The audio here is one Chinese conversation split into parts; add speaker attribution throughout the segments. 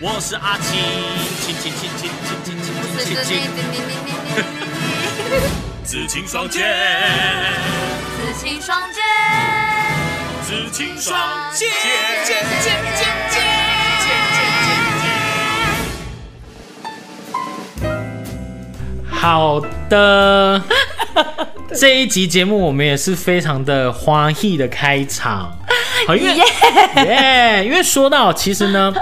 Speaker 1: 我是阿青，青青青青青青青青青青，紫青双剑，
Speaker 2: 紫青双剑，
Speaker 1: 紫青双剑，剑剑剑
Speaker 2: 剑剑剑。
Speaker 3: 好的，这一集节目我们也是非常的欢喜的开场，好，因为耶因为说到其实呢，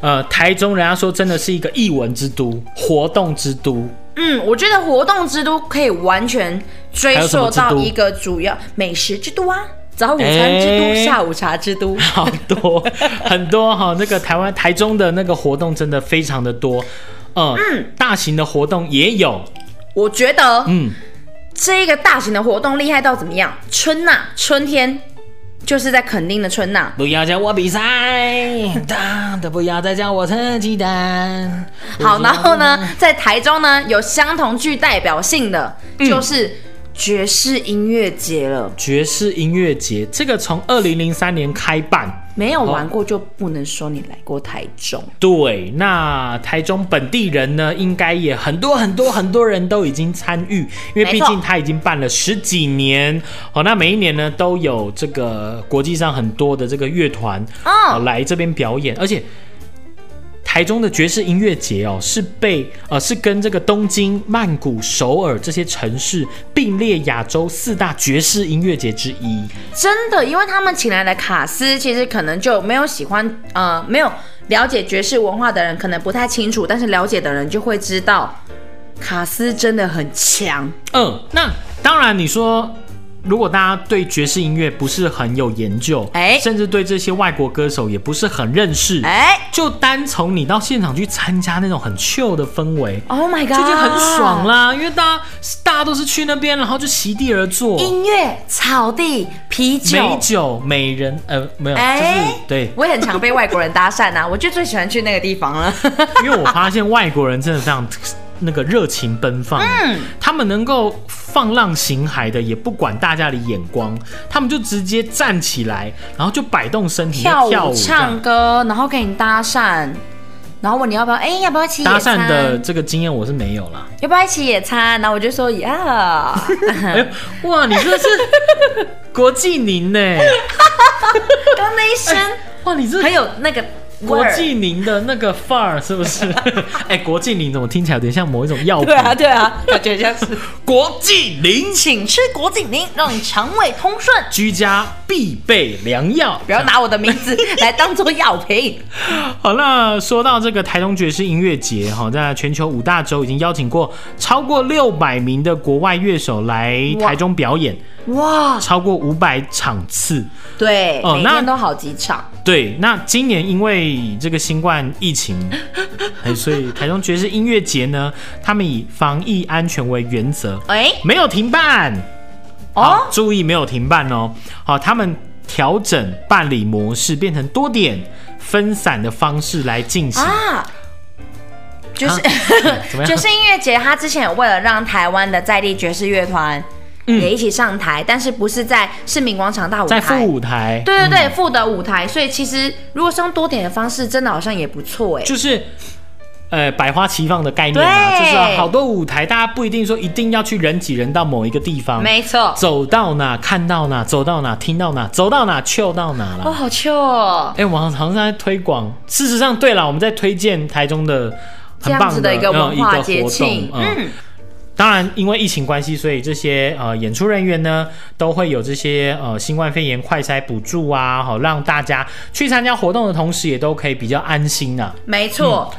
Speaker 3: 呃，台中人家说真的是一个艺文之都、活动之都，
Speaker 2: 嗯，我觉得活动之都可以完全追溯
Speaker 3: 还有什么
Speaker 2: 到
Speaker 3: 之都
Speaker 2: 一个主要美食之都啊，早午餐
Speaker 3: 哎
Speaker 2: 之都，下午茶之都。
Speaker 3: 好多很多哈、那个台湾台中的那个活动真的非常的多，呃、嗯，大型的活动也有，
Speaker 2: 我觉得
Speaker 3: 嗯，
Speaker 2: 这个大型的活动厉害到怎么样？春呐、春天就是在垦丁的春呐、
Speaker 3: 不要叫我比赛，当的不要再叫我吃鸡蛋。
Speaker 2: 好，然后呢，在台中呢有相同具代表性的，就是爵士音乐节了。
Speaker 3: 爵士音乐节，这个从二零零三年开办。
Speaker 2: 没有玩过就不能说你来过台中。
Speaker 3: 对，那台中本地人呢，应该也很多很多很多人都已经参与，因为
Speaker 2: 没
Speaker 3: 毕
Speaker 2: 错
Speaker 3: 竟它已经办了十几年。哦，那每一年呢都有这个国际上很多的这个乐团
Speaker 2: 哦
Speaker 3: 哦来这边表演，而且台中的爵士音乐节哦是被呃是跟这个东京、曼谷、首尔这些城市并列亚洲四大爵士音乐节之一。
Speaker 2: 真的，因为他们请来的卡斯，其实可能就没有喜欢呃，没有了解爵士文化的人，可能不太清楚，但是了解的人就会知道，卡斯真的很强。
Speaker 3: 嗯，那当然，你说如果大家对爵士音乐不是很有研究，
Speaker 2: 哎
Speaker 3: 甚至对这些外国歌手也不是很认识，
Speaker 2: 哎
Speaker 3: 就单从你到现场去参加那种很 chill 的氛围。
Speaker 2: ，Oh my god，
Speaker 3: 就已经很爽。啦，
Speaker 2: 啊
Speaker 3: 因为大家大家都是去那边，然后就席地而坐，
Speaker 2: 音乐、草地、啤酒，
Speaker 3: 美酒美人，呃，没有，
Speaker 2: 哎
Speaker 3: 就是对，
Speaker 2: 我也很常被外国人搭 讪呐、我就最喜欢去那个地方了。
Speaker 3: 因为我发现外国人真的非常那个热情奔放，
Speaker 2: 嗯
Speaker 3: 他们能够放浪形骸的，也不管大家的眼光，他们就直接站起来，然后就摆动身体
Speaker 2: 跳
Speaker 3: 就
Speaker 2: 舞、
Speaker 3: 跳舞这样
Speaker 2: 唱歌，然后给你搭讪，然后问你要不要，哎、要不要一起野
Speaker 3: 搭
Speaker 2: 餐？
Speaker 3: 讪的这个经验我是没有啦。
Speaker 2: 要不要一起野餐？然后我就说 呀，
Speaker 3: 哎呦，哇，你真 的是国际凝呢？
Speaker 2: 刚那一声。
Speaker 3: 哇，你这
Speaker 2: 还有那个味
Speaker 3: 国
Speaker 2: 儿
Speaker 3: 际凝的那个范儿是不 是？哎，国际凝怎么听起来有点像某一种药品？
Speaker 2: 对啊，对啊，感觉像是，
Speaker 3: 国际凝
Speaker 2: 请吃果锦鳞，让你肠胃通顺。
Speaker 3: 居家必备良药，
Speaker 2: 不要拿我的名字来当做药品。
Speaker 3: 好，那说到这个台东爵士音乐节，哈，在全球五大洲已经邀请过超过六百名的国外乐手来
Speaker 2: 哇
Speaker 3: 台中表演，
Speaker 2: 哇，
Speaker 3: 超过五百场次。
Speaker 2: 对，
Speaker 3: 哦
Speaker 2: 每
Speaker 3: 那
Speaker 2: 天都好几场。
Speaker 3: 对，那今年因为这个新冠疫情，哎所以台中爵士音乐节呢，他们以防疫安全为原则，
Speaker 2: 哎、
Speaker 3: 没有停办。好
Speaker 2: 哦，
Speaker 3: 注意没有停办哦。好，他们调整办理模式，变成多点分散的方式来进行。
Speaker 2: 啊。就是、
Speaker 3: 啊怎么样
Speaker 2: 爵士音乐节，他之前有为了让台湾的在地爵士乐团也一起上台，但是不是在市民广场大舞
Speaker 3: 嗯在
Speaker 2: 台，
Speaker 3: 副舞台，嗯
Speaker 2: 对对对，副的舞台。所以其实如果是用多点的方式，真的好像也不错哎。
Speaker 3: 就是呃百花齐放的概念啊，
Speaker 2: 对
Speaker 3: 就是啊好多舞台，大家不一定说一定要去人挤人到某一个地方，
Speaker 2: 没错，
Speaker 3: 走到哪看到哪，走到哪听到哪，走到哪 chill 到哪
Speaker 2: 哦，
Speaker 3: 啦。
Speaker 2: 好糗哦。
Speaker 3: 哎、我们好像在推广，事实上，对了，我们在推荐台中的
Speaker 2: 这
Speaker 3: 很
Speaker 2: 样
Speaker 3: 棒
Speaker 2: 子的一个
Speaker 3: 嗯
Speaker 2: 文
Speaker 3: 一
Speaker 2: 化
Speaker 3: 个
Speaker 2: 节
Speaker 3: 活动
Speaker 2: 庆，，
Speaker 3: 嗯。当然，因为疫情关系，所以这些呃演出人员呢，都会有这些呃新冠肺炎快筛补助啊，好让大家去参加活动的同时，也都可以比较安心啊。
Speaker 2: 没错。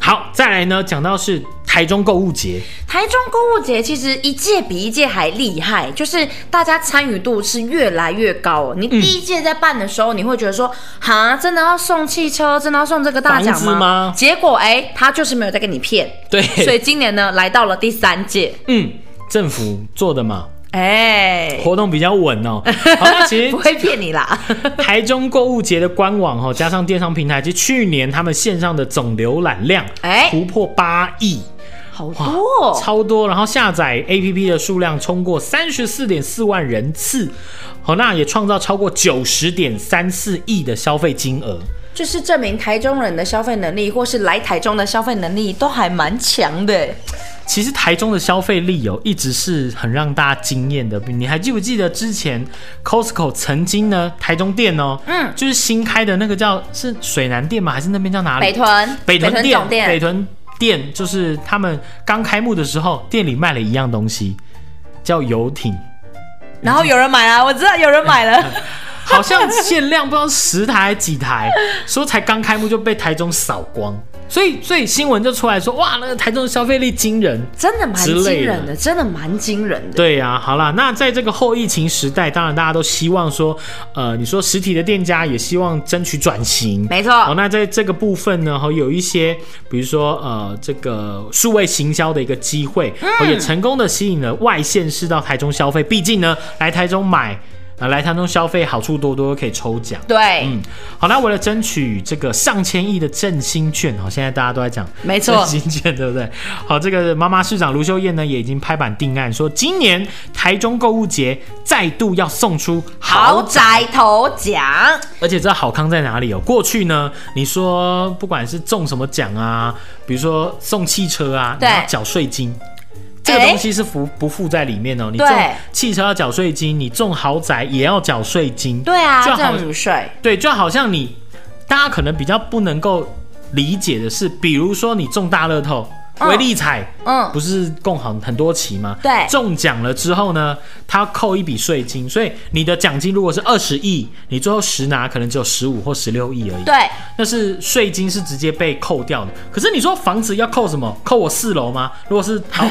Speaker 3: 好，再来呢，讲到是台中购物节，
Speaker 2: 台中购物节其实一届比一届还厉害，就是大家参与度是越来越高哦。你
Speaker 3: 嗯
Speaker 2: 第一届在办的时候，你会觉得说，哈，真的要送汽车，真的要送这个大奖
Speaker 3: 房子吗
Speaker 2: 结果哎、他就是没有在跟你骗，
Speaker 3: 对，
Speaker 2: 所以今年呢，来到了第三届，
Speaker 3: 嗯，政府做的嘛，
Speaker 2: 哎、
Speaker 3: 活动比较稳 哦。好，那其实
Speaker 2: 不会骗你 啦。
Speaker 3: 台中购物节的官网哦，加上电商平台，其实去年他们线上的总浏览量
Speaker 2: 哎
Speaker 3: 突破八亿。
Speaker 2: 好多、哦，
Speaker 3: 超多，然后下载 APP 的数量冲过三十四点四万哦人次，好，那也创造超过九十点三四亿的消费金额，
Speaker 2: 就是证明台中人的消费能力，或是来台中的消费能力都还蛮强
Speaker 3: 嗯
Speaker 2: 的。
Speaker 3: 其实台中的消费力哦，一直是很让大家惊艳的。你还记不记得之前 Costco 曾经呢，台中店哦，
Speaker 2: 嗯
Speaker 3: 就是新开的那个叫是水南店吗？还是那边叫哪里？
Speaker 2: 北屯，
Speaker 3: 北屯
Speaker 2: 总
Speaker 3: 店，
Speaker 2: 店，
Speaker 3: 北屯店就是他们刚开幕的时候，店里卖了一样东西，叫游 艇，
Speaker 2: 然后有人买啊了，我知道有人买了。
Speaker 3: 嗯好像限量不知道十台还几台，说才刚开幕就被台中扫光，所以所以新闻就出来说，哇，那个台中的消费力惊人。
Speaker 2: 真的蛮
Speaker 3: 之类
Speaker 2: 惊人
Speaker 3: 的
Speaker 2: 的，真的蛮惊人的。
Speaker 3: 对呀、好啦，那在这个后疫情时代，当然大家都希望说，呃，你说实体的店家也希望争取转型，
Speaker 2: 没错
Speaker 3: 哦，那在这个部分呢，哦，有一些，比如说呃，这个数位行销的一个机会，
Speaker 2: 嗯
Speaker 3: 哦，也成功的吸引了外县市到台中消费。毕竟呢，来台中买，啊、来台中消费好处多多，可以抽奖。
Speaker 2: 对，
Speaker 3: 嗯，好，那为了争取这个上千亿的振兴券，好，现在大家都在讲，
Speaker 2: 没错
Speaker 3: 振兴券对不对？好，这个妈妈市长卢秀燕呢，也已经拍板定案，说今年台中购物节再度要送出
Speaker 2: 豪
Speaker 3: 豪宅，
Speaker 2: 宅头奖，
Speaker 3: 而且这好康在哪里哦？过去呢，你说不管是中什么奖啊，比如说送汽车啊，你
Speaker 2: 对
Speaker 3: 要缴税金。这个
Speaker 2: 哎
Speaker 3: 东西是不不附在里面哦，你中
Speaker 2: 对
Speaker 3: 汽车要缴税金，你中豪宅也要缴税金，
Speaker 2: 对啊，
Speaker 3: 就好
Speaker 2: 政府税，
Speaker 3: 对，就好像你，大家可能比较不能够理解的是，比如说你中大乐透、
Speaker 2: 嗯
Speaker 3: 威力彩，
Speaker 2: 嗯，
Speaker 3: 不是共好很多期吗？
Speaker 2: 对
Speaker 3: 中奖了之后呢，他扣一笔税金，所以你的奖金如果是二十亿，你最后实拿可能只有十五或十六亿而已。
Speaker 2: 对，
Speaker 3: 那是税金是直接被扣掉的。可是你说房子要扣什么？扣我四楼吗？如果是好，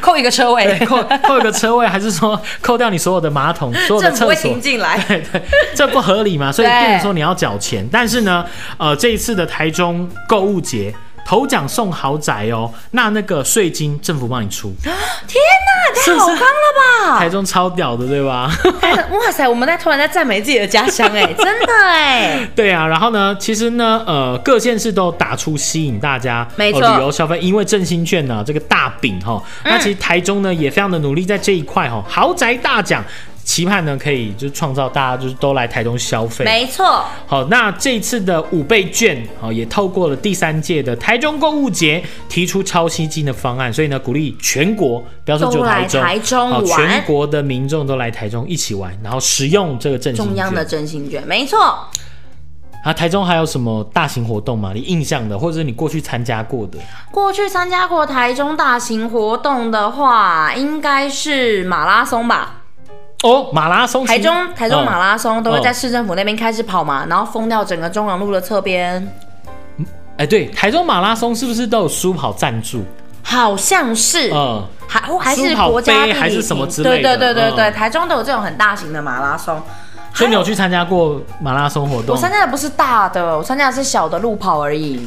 Speaker 2: 扣一个车位，
Speaker 3: 扣扣一个车位，还是说扣掉你所有的马桶、所有的
Speaker 2: 政府
Speaker 3: 厕
Speaker 2: 会
Speaker 3: 所
Speaker 2: 停？进 来，
Speaker 3: 对对，这不合 理嘛，所以
Speaker 2: 对
Speaker 3: 变成说你要缴钱。但是呢，呃，这一次的台中购物节。头奖送豪宅哦，那那个税金政府帮你出，
Speaker 2: 天哪，
Speaker 3: 是
Speaker 2: 太
Speaker 3: 不
Speaker 2: 好
Speaker 3: 是
Speaker 2: 康了吧！哎
Speaker 3: 台中超屌的，对吧？
Speaker 2: 哇塞，我们在突然在赞美自己的家乡，哎，真的哎，
Speaker 3: 对啊，然后呢，其实呢，呃，各县市都打出吸引大家
Speaker 2: 没错嗯
Speaker 3: 呃、旅游消费，因为振兴券啊呢、这个大饼哈、那其实台中呢也非常的努力在这一块哈、豪宅大奖，期盼呢可以就创造大家就是都来台中消费，
Speaker 2: 没错，
Speaker 3: 好，那这一次的五倍券，好也透过了第三届的台中购物节提出超吸金的方案，所以呢，鼓励全国不要说只有
Speaker 2: 都来
Speaker 3: 台中，
Speaker 2: 台中
Speaker 3: 好
Speaker 2: 玩
Speaker 3: 全国的民众都来台中一起玩，然后使用这个振兴
Speaker 2: 中央的
Speaker 3: 券
Speaker 2: 真心券，没错，
Speaker 3: 啊，台中还有什么大型活动吗？你印象的，或者是你过去参加过的？
Speaker 2: 过去参加过台中大型活动的话，应该是马拉松吧。
Speaker 3: 哦，马拉松，
Speaker 2: 台中台中马
Speaker 3: 拉、
Speaker 2: 拉松都会
Speaker 3: 嗯
Speaker 2: 在市政府那边开始跑嘛，然后封掉整个中港路的侧边，
Speaker 3: 哎，对，台中马拉松是不是都有书跑赞助？
Speaker 2: 好像是，
Speaker 3: 嗯，
Speaker 2: 还哦还
Speaker 3: 苏
Speaker 2: 是
Speaker 3: 跑
Speaker 2: 国家
Speaker 3: 杯
Speaker 2: 地理
Speaker 3: 还是
Speaker 2: 厅
Speaker 3: 什么之类的
Speaker 2: 对对对对对，
Speaker 3: 嗯
Speaker 2: 台中都有这种很大型的马拉松。
Speaker 3: 所以你有去参加过马拉松活
Speaker 2: 我
Speaker 3: 动？
Speaker 2: 参加的不是大的，我参加的是小的路跑而已。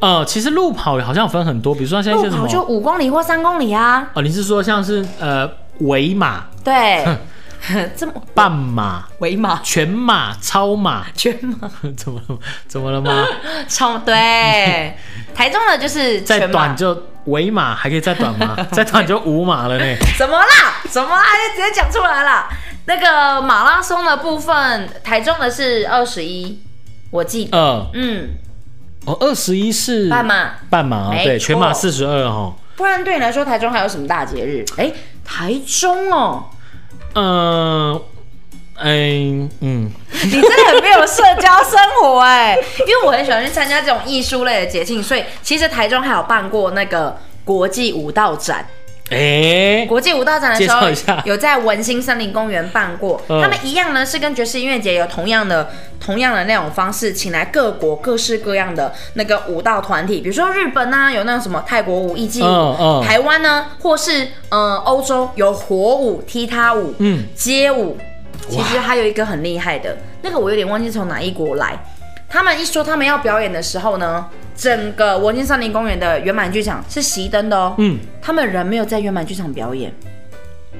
Speaker 3: 呃，其实路跑好像有分很多，比如说像一些
Speaker 2: 路
Speaker 3: 什
Speaker 2: 跑
Speaker 3: 么
Speaker 2: 就五公里或三公里啊，
Speaker 3: 哦，你是说像是呃围马、
Speaker 2: 对， 这么
Speaker 3: 半马、
Speaker 2: 围马
Speaker 3: 全马、超马？
Speaker 2: 全马
Speaker 3: 怎么了？怎么了吗？
Speaker 2: 冲 对，台中的就是
Speaker 3: 再
Speaker 2: 全马
Speaker 3: 短，就围马，还可以再短 吗？再短就五马了呢。
Speaker 2: 怎么啦？怎么啦？就直接讲出来啦。那个马拉松的部分，台中的是二十一，我记得，
Speaker 3: 呃，
Speaker 2: 嗯，
Speaker 3: 哦，二十一是
Speaker 2: 半，马。
Speaker 3: 半马哦，
Speaker 2: 没
Speaker 3: 对，
Speaker 2: 错
Speaker 3: 全马四十二哦。
Speaker 2: 不然对你来说，台中还有什么大节日？哎，台中 哦，
Speaker 3: 嗯，嗯嗯，
Speaker 2: 你真的很没有社交生活哎、因为我很喜欢去参加这种艺术类的节庆，所以其实台中还有办过那个国际舞蹈展。
Speaker 3: 哎，
Speaker 2: 国际舞蹈展的时
Speaker 3: 介
Speaker 2: 候
Speaker 3: 绍一下，
Speaker 2: 有在文心森林公园办过。
Speaker 3: 嗯
Speaker 2: 他们一样呢，是跟爵士音乐节有同样的、同样的那种方式，请来各国各式各样的那个舞蹈团体，比如说日本啊，有那种什么泰国舞、艺伎舞；
Speaker 3: 嗯嗯
Speaker 2: 台湾呢，或是呃欧洲有火舞、踢踏舞、
Speaker 3: 嗯
Speaker 2: 街舞。其实还有一个很厉害的，那个我有点忘记从哪一国来。他们一说他们要表演的时候呢，整个文心森林公园的圆满剧场是熄灯的哦。
Speaker 3: 嗯，
Speaker 2: 他们人没有在圆满剧场表演，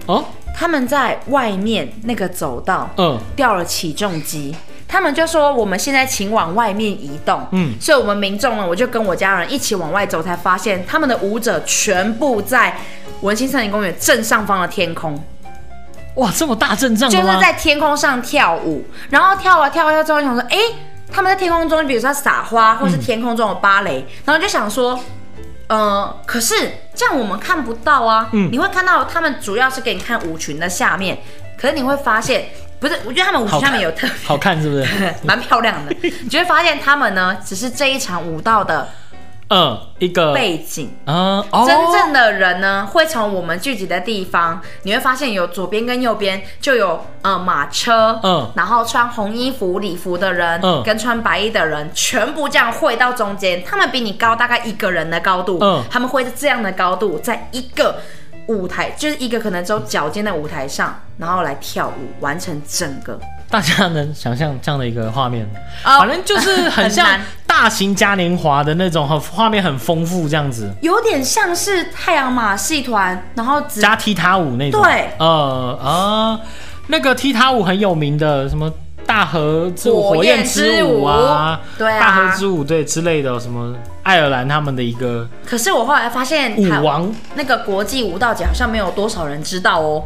Speaker 3: 哦，
Speaker 2: 他们在外面那个走道
Speaker 3: 嗯，
Speaker 2: 掉了起重机。他们就说我们现在请往外面移动，
Speaker 3: 嗯
Speaker 2: 嗯，所以我们民众呢，我就跟我家人一起往外走，才发现他们的舞者全部在文心森林公园正上方的天空，
Speaker 3: 哇，这么大阵仗
Speaker 2: 就
Speaker 3: 的
Speaker 2: 是
Speaker 3: 吗？
Speaker 2: 在天空上跳舞，然后跳啊跳啊跳之后，想说，哎、他们在天空中，比如说撒花，或是天空中有芭蕾，
Speaker 3: 嗯
Speaker 2: 然后就想说，呃，可是这样我们看不到啊。
Speaker 3: 嗯
Speaker 2: 你会看到他们主要是给你看舞裙的下面，可是你会发现，不是，我觉得他们舞裙
Speaker 3: 好看
Speaker 2: 下面有特别
Speaker 3: 好看是不是？
Speaker 2: 蛮漂亮 的，你就会发现他们呢，只是这一场舞蹈的
Speaker 3: 嗯，一个
Speaker 2: 背景。
Speaker 3: 嗯哦，
Speaker 2: 真正的人呢，会从我们聚集的地方，你会发现有左边跟右边就有呃马车，
Speaker 3: 嗯
Speaker 2: 然后穿红衣服礼服的人，
Speaker 3: 嗯
Speaker 2: 跟穿白衣的人，全部这样汇到中间，他们比你高大概一个人的高度，
Speaker 3: 嗯
Speaker 2: 他们会是这样的高度，在一个舞台，就是一个可能只有脚尖的舞台上，然后来跳舞，完成整个。
Speaker 3: 大家能想象这样的一个画面，
Speaker 2: 哦
Speaker 3: 反正就是很像
Speaker 2: 很难
Speaker 3: 大型嘉年华的那种，很画面很丰富这样子，
Speaker 2: 有点像是太阳马戏团，然后只
Speaker 3: 加踢踏舞那种。
Speaker 2: 对
Speaker 3: 呃啊、那个踢踏舞很有名的，什么大河之舞、
Speaker 2: 火
Speaker 3: 火焰
Speaker 2: 焰
Speaker 3: 之
Speaker 2: 之舞
Speaker 3: 舞啊，
Speaker 2: 对啊
Speaker 3: 大河之舞对之类的，什么爱尔兰他们的一个
Speaker 2: 可是我后来发现，
Speaker 3: 舞啊
Speaker 2: 台
Speaker 3: 王
Speaker 2: 那个国际舞蹈节好像没有多少人知道哦。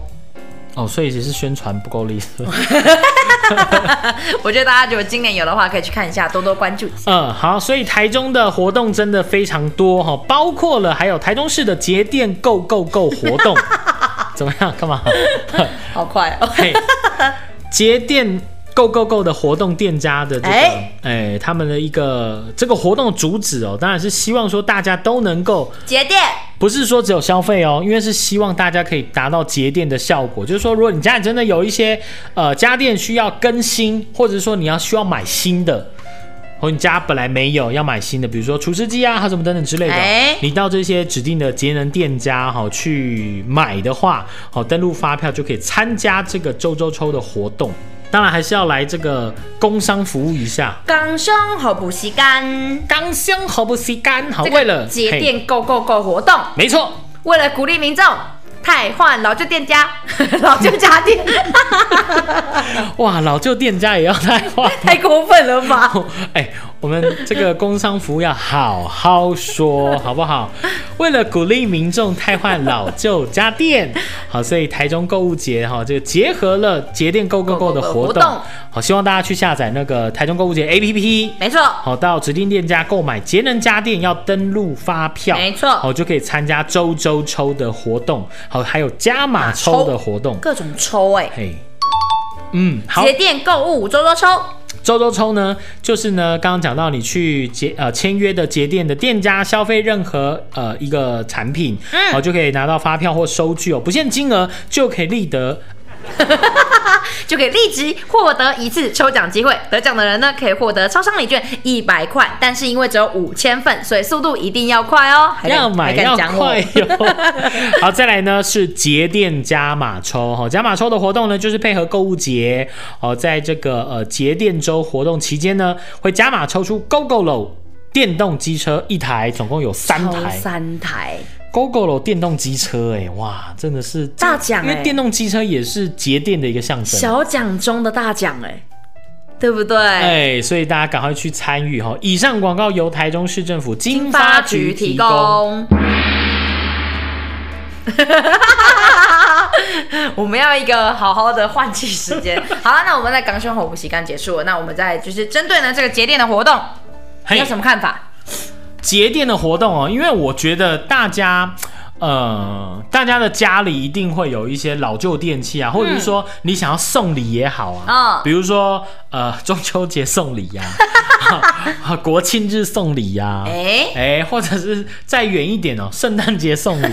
Speaker 3: 哦，所以只是宣传不够力。
Speaker 2: 我觉得大家如果今年有的话，可以去看一下，多多关注一 下。
Speaker 3: 嗯，好，所以台中的活动真的非常多哈，包括了还有台中市的节电 Go Go Go 活 动，怎么样？干嘛？
Speaker 2: 好快哦！
Speaker 3: 嘿，节电 Go Go Go 的活动店家的这个，哎
Speaker 2: 哎、
Speaker 3: 他们的一个这个活动的主旨哦，当然是希望说大家都能够，
Speaker 2: 节电，
Speaker 3: 不是说只有消费哦，因为是希望大家可以达到节电的效果，就是说，如果你家里真的有一些呃家电需要更新，或者说你要需要买新的。或你家本来没有要买新的，比如说除湿机啊，还有什么等等之类的，
Speaker 2: 哎
Speaker 3: 你到这些指定的节能店家哈、去买的话，好、登录发票就可以参加这个周周抽的活动。当然还是要来这个工商服务一下，
Speaker 2: 刚生好补习干。
Speaker 3: 刚香好不吸干好，
Speaker 2: 这个
Speaker 3: 为了
Speaker 2: 节，
Speaker 3: 嘿
Speaker 2: 电 Go Go Go 活动，
Speaker 3: 没错，
Speaker 2: 为了鼓励民众汰换老旧店家、 老旧家 电，
Speaker 3: 哇，老旧店家也要太换。
Speaker 2: 太过分了 吧？
Speaker 3: 哎，我们这个工商服务要好好说，好不好？为了鼓励民众汰换老旧家电，好，所以台中购物节哈，这个结合了节电购购购的活
Speaker 2: 活
Speaker 3: 动
Speaker 2: 动，
Speaker 3: 好，希望大家去下载那个台中购物节 APP。
Speaker 2: 没错，
Speaker 3: 好，到指定店家购买节能家电要登录发票，
Speaker 2: 没错
Speaker 3: 好就可以参加周周抽的活动，好，还有加码抽
Speaker 2: 抽
Speaker 3: 的活动，
Speaker 2: 各种抽哎、
Speaker 3: 嘿，嗯，好，
Speaker 2: 节电购物周周抽，
Speaker 3: 周周抽呢，就是呢，刚刚讲到你去结呃签约的节电的店家消费任何呃一个产品，好、
Speaker 2: 嗯
Speaker 3: 就可以拿到发票或收据哦，不限金额就可以立得
Speaker 2: 就可以立即获得一次抽奖机会。得奖的人呢，可以获得超商礼券一百块，但是因为只有五千份，所以速度一定要快哦。还敢
Speaker 3: 要买
Speaker 2: 还敢
Speaker 3: 要
Speaker 2: 讲哦我
Speaker 3: 快哟。 好，再来呢是节电加码抽哈，加码抽的活动呢就是配合购物节哦，在这个呃节电周活动期间呢，会加码抽出 GoGoLo 电动机车一台，总共有三
Speaker 2: 抽
Speaker 3: 台。
Speaker 2: 三台，
Speaker 3: GoGoRo 电动机车、哎，哇，真的是
Speaker 2: 大奖
Speaker 3: 因为
Speaker 2: 哎
Speaker 3: 电动机车也是节电的一个象征。
Speaker 2: 小奖中的大奖哎、对不对？
Speaker 3: 哎，所以大家赶快去参与哈！以上广告由台中市政府经发
Speaker 2: 发
Speaker 3: 局
Speaker 2: 局
Speaker 3: 提
Speaker 2: 提
Speaker 3: 供。
Speaker 2: 供。 我们要一个好好的换气时间。 好了，那我们在港胸火不洗干结束了，那我们再就是针对呢这个节电的活动，你有什么看法？
Speaker 3: 节电的活动哦，因为我觉得大家。呃，大家的家里一定会有一些老旧电器啊，或者是说你想要送礼也好啊，
Speaker 2: 嗯
Speaker 3: 比如说呃中秋节送礼 呀、啊，国庆日送礼呀、
Speaker 2: 哎
Speaker 3: 哎、或者是再远一点哦，圣诞节送 礼，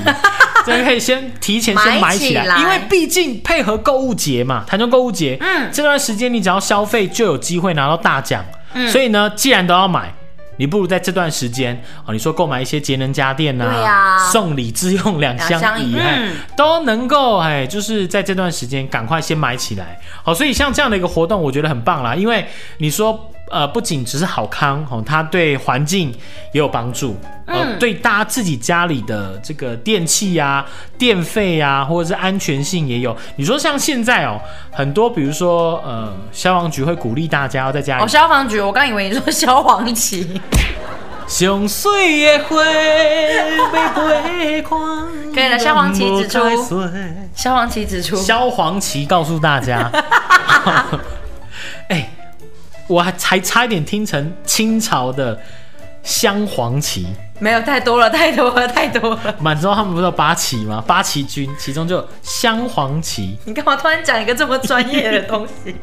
Speaker 3: 这可以先提前先买
Speaker 2: 买
Speaker 3: 起
Speaker 2: 起
Speaker 3: 来，
Speaker 2: 来
Speaker 3: 因为毕竟配合购物节嘛，台中购物节，
Speaker 2: 嗯
Speaker 3: 这段时间你只要消费就有机会拿到大奖，
Speaker 2: 嗯
Speaker 3: 所以呢，既然都要买。你不如在这段时间哦，你说购买一些节能家电呐、
Speaker 2: 对啊
Speaker 3: 送礼自用两
Speaker 2: 两
Speaker 3: 相
Speaker 2: 相
Speaker 3: 宜，
Speaker 2: 宜
Speaker 3: 哎、
Speaker 2: 嗯
Speaker 3: 都能够哎，就是在这段时间赶快先买起来。好，所以像这样的一个活动，我觉得很棒啦，因为你说呃，不仅只是好康哦，它对环境也有帮助，呃，
Speaker 2: 嗯
Speaker 3: 对大家自己家里的这个电器呀、电费呀、或者是安全性也有。你说像现在哦，很多比如说呃，消防局会鼓励大家要在家里
Speaker 2: 哦，消防局，我刚以为你说消防旗，
Speaker 3: 上水的花被花看，
Speaker 2: 可以了消防旗指出
Speaker 3: 人不该碎
Speaker 2: 消防旗指出，
Speaker 3: 萧煌奇告诉大家，哎、我还还差一点听成清朝的镶黄旗。
Speaker 2: 没有太多了，太多了，太多了。
Speaker 3: 满洲他们不是有八旗吗？八旗军，其中就有镶黄旗
Speaker 2: 你干嘛突然讲一个这么专业的东西？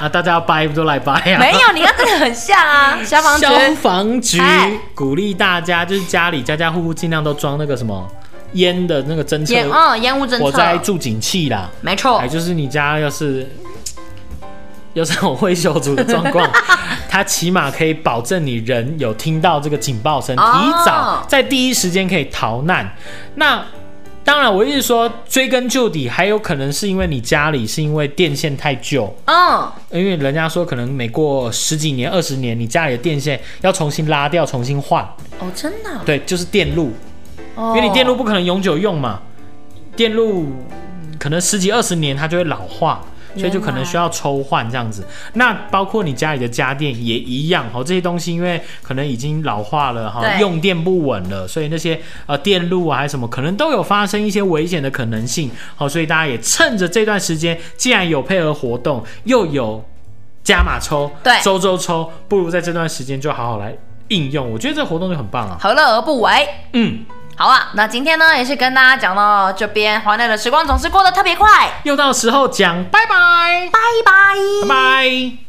Speaker 3: 啊，大家要掰不就来掰啊？
Speaker 2: 没有，你刚真的很像啊， 消防局
Speaker 3: 消防局
Speaker 2: 哎
Speaker 3: 鼓励大家，就是家里家家户户尽量都装那个什么烟的那个侦测
Speaker 2: 烟哦，烟雾侦
Speaker 3: 火灾
Speaker 2: 测，
Speaker 3: 助警器啦。
Speaker 2: 没错
Speaker 3: 哎，，就是你家要是有这种会修竹的状况，它起码可以保证你人有听到这个警报声，
Speaker 2: 哦
Speaker 3: 提早在第一时间可以逃难。那当然，我一直说追根究底，还有可能是因为你家里是因为电线太旧，
Speaker 2: 嗯，
Speaker 3: 因为人家说可能每过十几年、二十年，你家里的电线要重新拉掉、重新换。
Speaker 2: 哦，真的啊，哦
Speaker 3: 对，就是电路，
Speaker 2: 因
Speaker 3: 因为你电路不可能永久用嘛，电路可能十几二十年它就会老化，所以就可能需要抽换这样子。那包括你家里的家电也一样哦，这些东西因为可能已经老化了哈，
Speaker 2: 对
Speaker 3: 用电不稳了，所以那些呃电路啊还是什么，可能都有发生一些危险的可能性。好、所以大家也趁着这段时间，既然有配合活动，又有加码抽，
Speaker 2: 对
Speaker 3: 周周抽，不如在这段时间就好好来应用。我觉得这活动就很棒啊，
Speaker 2: 何乐而不为？
Speaker 3: 嗯。
Speaker 2: 好啊，那今天呢也是跟大家讲到这边，华内的时光总是过得特别快，
Speaker 3: 又到时候讲，拜拜，
Speaker 2: 拜拜。
Speaker 3: 拜拜。